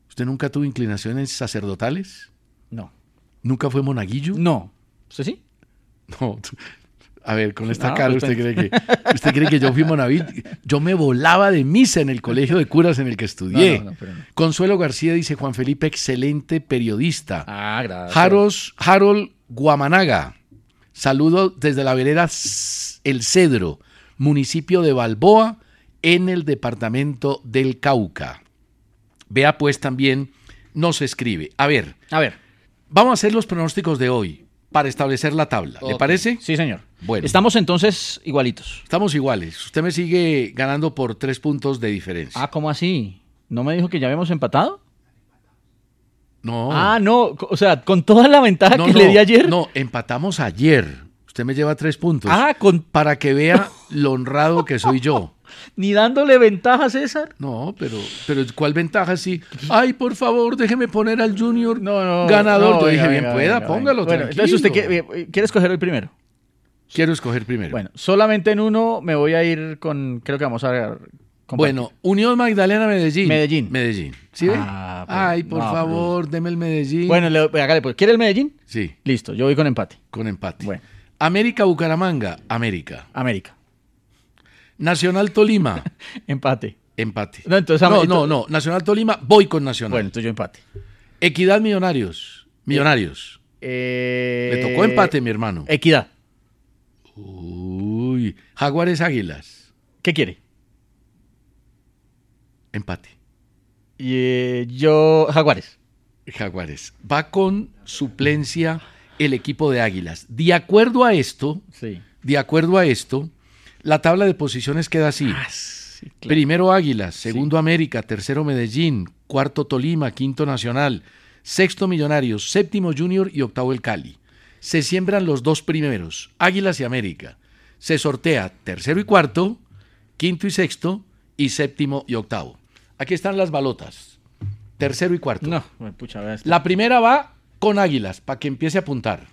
¿Usted nunca tuvo inclinaciones sacerdotales? No. ¿Nunca fue monaguillo? No. ¿Usted sí? No. A ver, con esta No, cara, pues, ¿usted cree que usted cree que yo fui monaguillo? Yo me volaba de misa en el colegio de curas en el que estudié. No, no, no, pero no. Consuelo García dice Juan Felipe, excelente periodista. Ah, gracias. Jaros- Harold Guamanaga. Saludo desde la vereda S- El Cedro, municipio de Balboa, en el departamento del Cauca. Vea pues también, nos escribe. A ver, A ver. vamos a hacer los pronósticos de hoy para establecer la tabla. ¿Le Ok. parece? Sí, señor. Bueno. Estamos entonces igualitos. Estamos iguales. Usted me sigue ganando por tres puntos de diferencia. Ah, ¿cómo así? ¿No me dijo que ya habíamos empatado? no. Ah, no. co- O sea, con toda la ventaja no, que no, le di ayer. No, pues. empatamos ayer. Usted me lleva tres puntos. Ah, con, Para que vea lo honrado que soy yo. ni dándole ventaja, César. No, pero, pero ¿cuál ventaja si? Ay, por favor, déjeme poner al Junior No, no. ganador. no, Yo venga, dije, bien venga, pueda, venga, póngalo. venga. Bueno, entonces usted tranquilo. quie- eh, quiere escoger hoy primero. Quiero escoger primero. Bueno, Bueno, solamente en uno me voy a ir con. Creo que vamos a. compartir. Unión Magdalena Medellín. Medellín. Medellín. ¿Sí ve? Ah, pero- Ay, por no, pero- favor, deme el Medellín. Bueno, le, hágale, pues. ¿Quiere el Medellín? Sí, Listo, yo voy con empate. con empate. Bueno. América Bucaramanga, América. América. Nacional Tolima, Empate. empate. No, entonces, no, ento- no, no, Nacional Tolima, voy con Nacional. Bueno, entonces yo empate. Equidad Millonarios. Millonarios. Eh, Le tocó empate, mi hermano. Equidad. Uy. Jaguares Águilas. ¿Qué quiere? Empate. Y, eh, yo, Jaguares. Jaguares. Va con suplencia el equipo de Águilas. De acuerdo a esto, Sí. de acuerdo a esto, la tabla de posiciones queda así. Ah, Primero Águilas, segundo América, tercero Medellín, cuarto Tolima, quinto Nacional, sexto Millonarios, séptimo Junior y octavo el Cali. Se siembran los dos primeros, Águilas y América. Se sortea tercero y cuarto, quinto y sexto y séptimo y octavo. Aquí están las balotas. Tercero y cuarto. No, bueno, pucha, vea este. La primera va con Águilas, para que empiece a apuntar.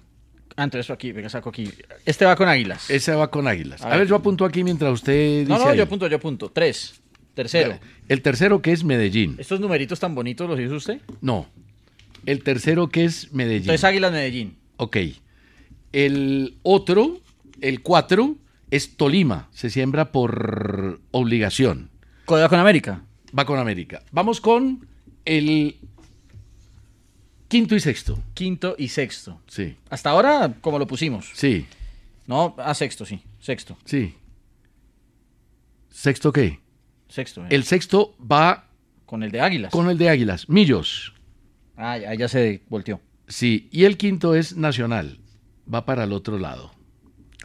Ah, entonces eso aquí, venga, saco aquí. Este va con Águilas. Esa va con Águilas. A A, ver. ver, yo apunto aquí mientras usted dice. Ah. no, no, ahí. yo apunto, yo apunto. Tres. Tercero. El tercero que es Medellín. ¿Estos numeritos tan bonitos los hizo usted? No. El tercero que es Medellín. Entonces Águilas Medellín. Ok. El otro, el cuatro, es Tolima. Se siembra por obligación. Coda con América. Va con América. Vamos con el quinto y sexto. Quinto y sexto. Sí, Hasta ahora, como lo pusimos. sí, No, a sexto, sí. Sexto. sí. ¿Sexto qué? Sexto. eh. El sexto va Con el de Águilas. con el de Águilas, Millos. Ah, ya, ya se volteó. Sí, y el quinto es Nacional. Va para el otro lado.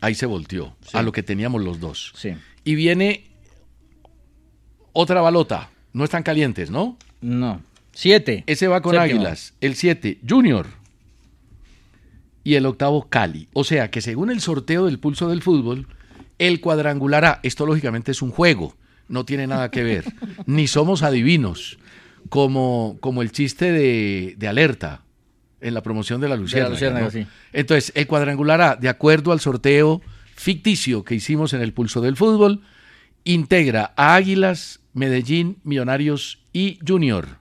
Ahí se volteó a lo que teníamos los dos. Sí. Y viene otra balota. No están calientes, ¿no? No. Siete. Ese va con Séptimo. Águilas. El 7, Junior. Y el octavo, Cali. O sea que según el sorteo del pulso del fútbol, el cuadrangular A, esto lógicamente es un juego, no tiene nada que ver. ni somos adivinos, como, como el chiste de, de alerta en la promoción de la Luciérnaga. Luciérnaga, ¿no? sí. Entonces, el cuadrangular A, de acuerdo al sorteo ficticio que hicimos en el pulso del fútbol, integra a Águilas, Medellín, Millonarios y Junior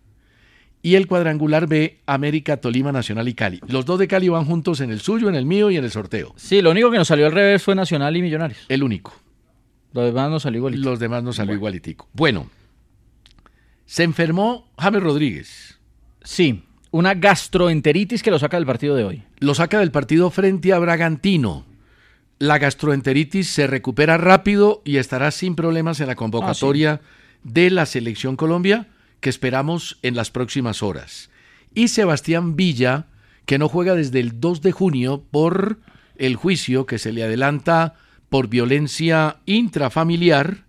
y el cuadrangular B, América, Tolima, Nacional y Cali. Los dos de Cali van juntos en el suyo, en el mío y en el sorteo. Sí, lo único que nos salió al revés fue Nacional y Millonarios. El único. Lo demás nos salió igualito. Los demás nos salió igualitico. Bueno, se enfermó James Rodríguez. Sí, una gastroenteritis que lo saca del partido de hoy. Lo saca del partido frente a Bragantino. La gastroenteritis se recupera rápido y estará sin problemas en la convocatoria de la Selección Colombia que esperamos en las próximas horas. Y Sebastián Villa, que no juega desde el 2 de junio por el juicio que se le adelanta por violencia intrafamiliar,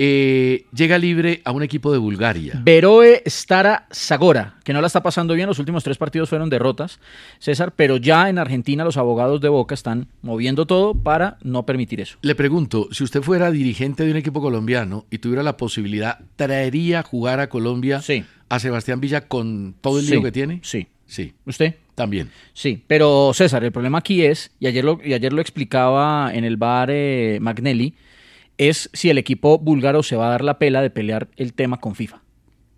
eh, llega libre a un equipo de Bulgaria. Veroe Stara Zagora, que no la está pasando bien, los últimos tres partidos fueron derrotas, César, pero ya en Argentina los abogados de Boca están moviendo todo para no permitir eso. Le pregunto, si usted fuera dirigente de un equipo colombiano y tuviera la posibilidad, ¿traería a jugar a Colombia Sí. a Sebastián Villa con todo el Sí, lío que tiene? Sí. Sí, ¿Usted? también. Sí, pero César, el problema aquí es, y ayer lo, y ayer lo explicaba en el bar eh, Magnelli, es si el equipo búlgaro se va a dar la pela de pelear el tema con FIFA.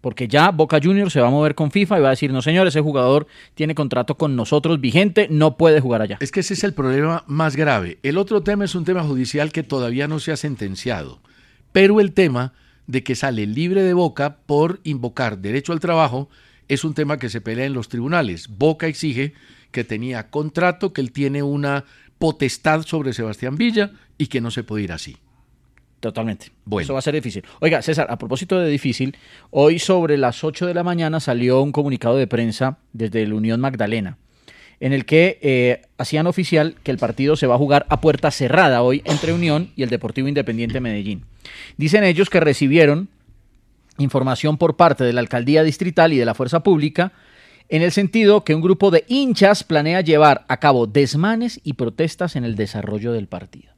Porque ya Boca Juniors se va a mover con FIFA y va a decir, no señor, ese jugador tiene contrato con nosotros vigente, no puede jugar allá. Es que ese es el problema más grave. El otro tema es un tema judicial que todavía no se ha sentenciado, pero el tema de que sale libre de Boca por invocar derecho al trabajo es un tema que se pelea en los tribunales. Boca exige que tenía contrato, que él tiene una potestad sobre Sebastián Villa y que no se puede ir así. Totalmente. Bueno. Eso va a ser difícil. Oiga, César, a propósito de difícil, hoy sobre las 8 de la mañana salió un comunicado de prensa desde la Unión Magdalena, en el que eh, hacían oficial que el partido se va a jugar a puerta cerrada hoy entre Unión y el Deportivo Independiente Medellín. Dicen ellos que recibieron información por parte de la alcaldía distrital y de la fuerza pública en el sentido que un grupo de hinchas planea llevar a cabo desmanes y protestas en el desarrollo del partido.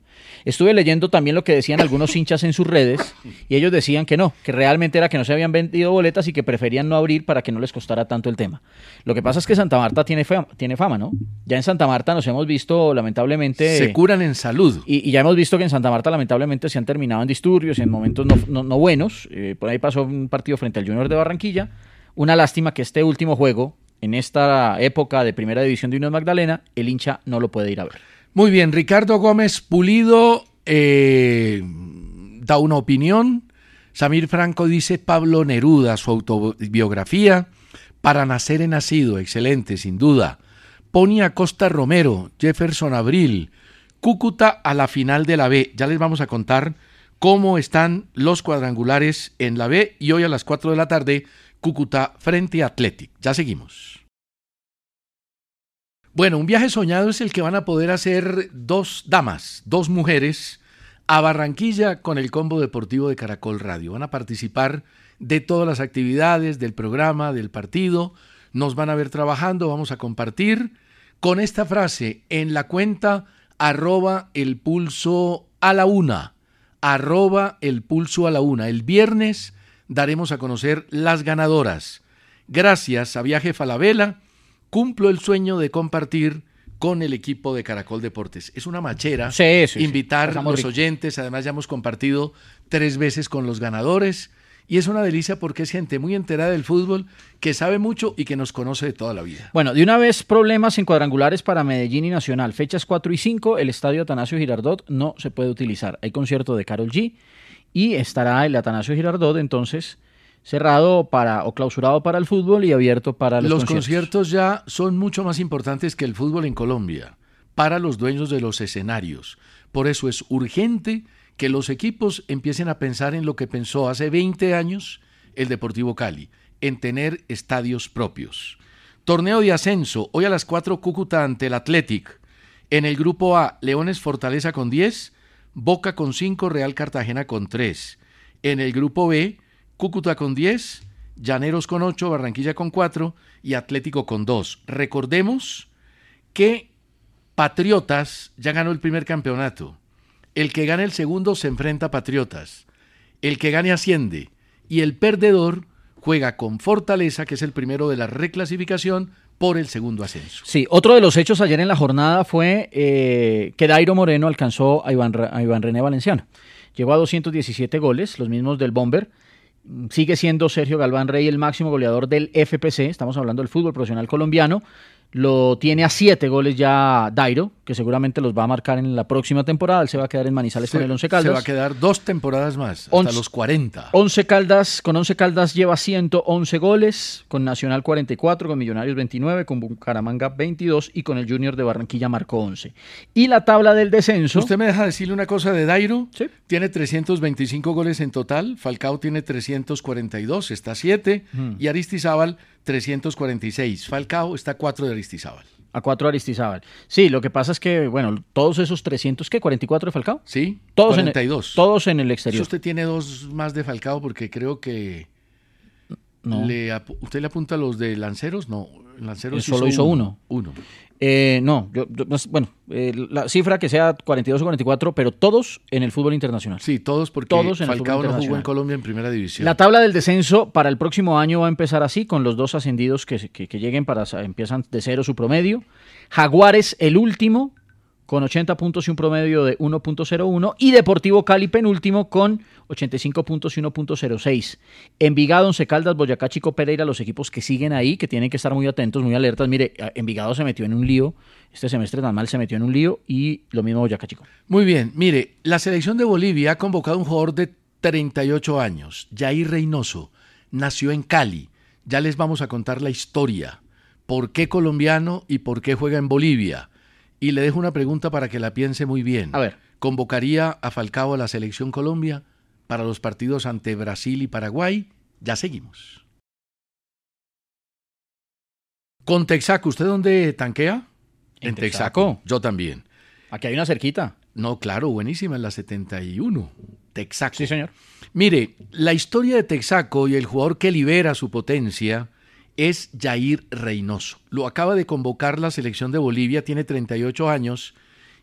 Estuve leyendo también lo que decían algunos hinchas en sus redes y ellos decían que no, que realmente era que no se habían vendido boletas y que preferían no abrir para que no les costara tanto el tema. Lo que pasa es que Santa Marta tiene fama, tiene fama ¿no? Ya en Santa Marta nos hemos visto lamentablemente... Se curan en salud. Y, y ya hemos visto que en Santa Marta lamentablemente se han terminado en disturbios, en momentos no, no- no buenos. Eh, por ahí pasó un partido frente al Junior de Barranquilla. Una lástima que este último juego, en esta época de primera división de Unión Magdalena, el hincha no lo puede ir a ver. Muy bien, Ricardo Gómez Pulido eh, da una opinión. Samir Franco dice Pablo Neruda, su autobiografía. Para nacer he nacido, excelente, sin duda. Pony Acosta Romero, Jefferson Abril, Cúcuta a la final de la B. Ya les vamos a contar cómo están los cuadrangulares en la B y hoy a las 4 de la tarde, Cúcuta frente a Athletic. Ya seguimos. Bueno, un viaje soñado es el que van a poder hacer dos damas, dos mujeres, a Barranquilla con el combo deportivo de Caracol Radio. Van a participar de todas las actividades, del programa, del partido. Nos van a ver trabajando, vamos a compartir con esta frase en la cuenta arroba el pulso a la una. Arroba el pulso a la una. El viernes daremos a conocer las ganadoras. Gracias a Viaje Falabella cumplo el sueño de compartir con el equipo de Caracol Deportes. Es una machera Sí, sí, sí. invitar a Pasamos los rico. oyentes, además ya hemos compartido tres veces con los ganadores y es una delicia porque es gente muy enterada del fútbol, que sabe mucho y que nos conoce de toda la vida. Bueno, de una vez problemas en cuadrangulares para Medellín y Nacional. Fechas 4 y 5, el estadio Atanasio Girardot no se puede utilizar. Hay concierto de Carol G y estará el Atanasio Girardot entonces cerrado para o clausurado para el fútbol y abierto para los, Los, conciertos. ya son mucho más importantes que el fútbol en Colombia para los dueños de los escenarios. Por eso es urgente que los equipos empiecen a pensar en lo que pensó hace 20 años el Deportivo Cali, en tener estadios propios. Torneo de ascenso, hoy a las 4 Cúcuta ante el Athletic. En el grupo A, Leones Fortaleza con 10, Boca con 5, Real Cartagena con 3. En el grupo B, Cúcuta con 10, Llaneros con 8, Barranquilla con 4 y Atlético con 2. Recordemos que Patriotas ya ganó el primer campeonato. El que gane el segundo se enfrenta a Patriotas. El que gane asciende. Y el perdedor juega con Fortaleza, que es el primero de la reclasificación, por el segundo ascenso. Sí, otro de los hechos ayer en la jornada fue eh, que Dairo Moreno alcanzó a Iván, Ra- a Iván René Valenciano. Llegó a 217 goles, los mismos del Bomber. Mm, Sigue siendo Sergio Galván Rey el máximo goleador del FPC, estamos hablando del fútbol profesional colombiano. Lo tiene a siete goles ya Dairo, que seguramente los va a marcar en la próxima temporada. Él se va a quedar en Manizales con el Once se va Caldas. a quedar dos temporadas más, hasta Once- los 40. 11 Caldas, con 11 Caldas lleva 111 goles, con Nacional 44, con Millonarios 29, con Bucaramanga 22 y con el Junior de Barranquilla marcó 11. Y la tabla del descenso. ¿Usted me deja decirle una cosa de Dairo? Sí. Tiene 325 goles en total, Falcao tiene 342, está 7, Mm. y Aristizábal 346. Falcao está 4 de Aristizábal. A 4 Aristizábal. Sí, lo que pasa es que, bueno, todos esos 300, ¿qué? ¿44 de Falcao? ¿Sí? Todos, En, 42. el, todos en el Eso exterior. usted tiene dos más de Falcao porque creo que... No. le apu- ¿Usted le apunta a los de Lanceros? No, Lanceros Él solo hizo Uno. Eh, no, yo- yo- no sé, bueno, eh, la cifra que sea 42 o 44, pero todos en el fútbol internacional. Sí, todos porque Todos en el Falcao no fútbol jugó en internacional. Colombia en primera división. La tabla del descenso para el próximo año va a empezar así, con los dos ascendidos que, se- que- que lleguen para sa- empiezan de cero su promedio. Jaguares el último con 80 puntos y un promedio de 1.01 y Deportivo Cali penúltimo con 85 puntos y 1.06. Envigado, Once Caldas, Boyacá, Chico Pereira, los equipos que siguen ahí, que tienen que estar muy atentos, muy alertas. Mire, a- Envigado se metió en un lío, este semestre tan mal se metió en un lío y lo mismo Boyacá, Chico. Muy bien, mire, la selección de Bolivia ha convocado a un jugador de 38 años, Jair Reynoso. Nació en Cali. Ya les vamos a contar la historia. ¿Por qué colombiano y por qué juega en Bolivia? Y le dejo una pregunta para que la piense muy bien. A ver. ¿Convocaría a Falcao a la selección Colombia para los partidos ante Brasil y Paraguay? Ya seguimos. Con Texaco, ¿usted dónde tanquea? En Texaco. Yo también. Aquí hay una cerquita. No, claro, buenísima, en la 71. Texaco. Sí, señor. Mire, la historia de Texaco y el jugador que libera su potencia es Jair Reynoso. Lo acaba de convocar la selección de Bolivia, tiene 38 años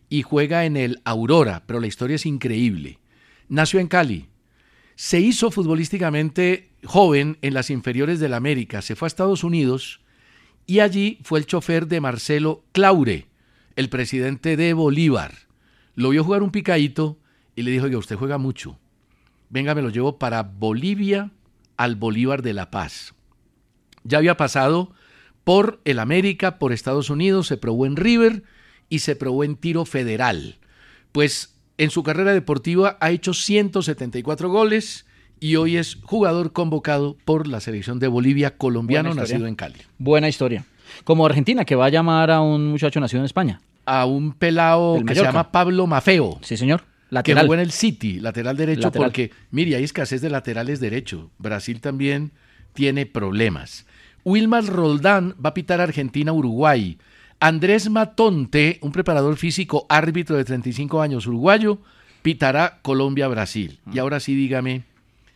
y juega en el Aurora, pero la historia es increíble. Nació en Cali, se hizo futbolísticamente joven en las inferiores del América, se fue a Estados Unidos y allí fue el chofer de Marcelo Claure, el presidente de Bolívar. Lo vio jugar un picadito y le dijo, oiga, usted juega mucho. Venga, me lo llevo para Bolivia al Bolívar de La Paz. Ya había pasado por el América, por Estados Unidos, se probó en River y se probó en tiro federal. Pues en su carrera deportiva ha hecho 174 goles y hoy es jugador convocado por la selección de Bolivia colombiano Buena historia. nacido en Cali. Buena historia. Como Argentina, que va a llamar a un muchacho nacido en España. A un pelado Del que se Mallorca. llama Pablo Mafeo. Sí, señor. Que Lateral. jugó en el City, lateral derecho, Lateral. porque, mire, hay escasez de laterales derecho. Brasil también tiene problemas. Wilmar Roldán va a pitar Argentina-Uruguay. Andrés Matonte, un preparador físico, árbitro de 35 años uruguayo, pitará Colombia-Brasil. Y ahora sí, dígame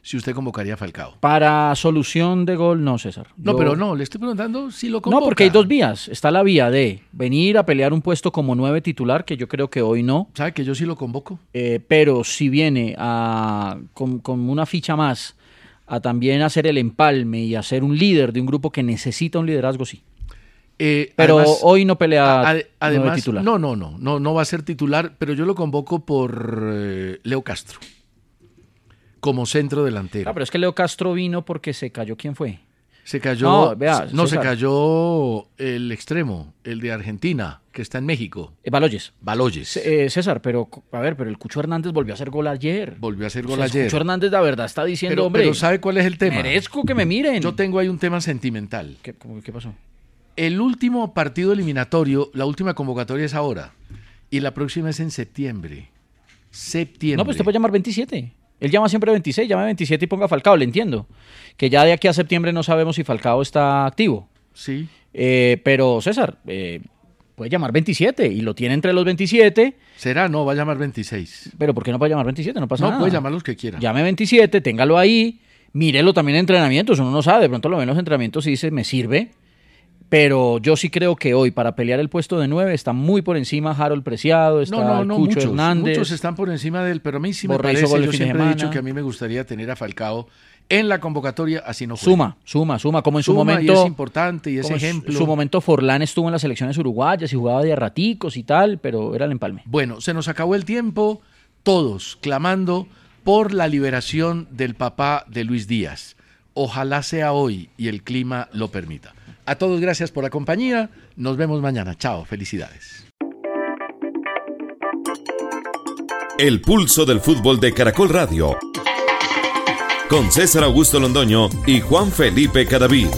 si usted convocaría a Falcao. Para solución de gol, no, César. No, Yo- pero no, le estoy preguntando si lo convoca. No, porque hay dos vías. Está la vía de venir a pelear un puesto como nueve titular, que yo creo que hoy no. ¿Sabe que yo sí lo convoco? Eh, pero si viene a, con, con una ficha más a también hacer el empalme y a ser un líder de un grupo que necesita un liderazgo, sí. Eh, Pero además- hoy no pelea a- nueve además, titular. No, no, no, no, no va a ser titular, pero yo lo convoco por eh, Leo Castro como centro delantero. Ah, pero es que Leo Castro vino porque se cayó. ¿Quién fue? Se cayó, No, vea, no, se César. cayó el extremo, el de Argentina, que está en México, Eh, Baloyes. Baloyes. C- eh, César, pero a ver, pero el Cucho Hernández volvió a hacer gol ayer. Volvió a hacer gol O sea, El ayer. Cucho Hernández, la verdad, está diciendo, Pero, hombre, pero ¿sabe cuál es el tema? merezco que me miren. Yo tengo ahí un tema sentimental. ¿Qué, cómo- qué pasó? El último partido eliminatorio, la última convocatoria es ahora. Y la próxima es en septiembre. Septiembre. No, pues usted puede llamar 27. Él llama siempre 26, llame 27 y ponga Falcao, le entiendo. Que ya de aquí a septiembre no sabemos si Falcao está activo. Sí. Eh, pero César, eh, puede llamar 27 y lo tiene entre los 27, ¿Será? No, va a llamar 26. pero ¿por qué no puede llamar 27? No pasa No, Pues nada. puede llamar los que quiera. Llame 27, téngalo ahí, mírelo también en entrenamientos, uno no sabe, de pronto lo ven en los entrenamientos y dice, me sirve. Pero yo sí creo que hoy, para pelear el puesto de 9, está muy por encima Harold Preciado, está No, no, el no, Cucho muchos, Hernández. muchos están por encima de él, pero a mí sí me Borré hizo parece, gol el yo fin de siempre he dicho semana. que a mí me gustaría tener a Falcao en la convocatoria, así no juega. Suma, suma, suma, como en su Suma y momento. es importante y es como en su- ejemplo. Su momento Forlán estuvo en las selecciones uruguayas y jugaba de a raticos y tal, pero era el empalme. Bueno, se nos acabó el tiempo, todos clamando por la liberación del papá de Luis Díaz. Ojalá sea hoy y el clima lo permita. A todos gracias por la compañía, nos vemos mañana. Chao, felicidades. El pulso del fútbol de Caracol Radio. Con César Augusto Londoño y Juan Felipe Cadavid.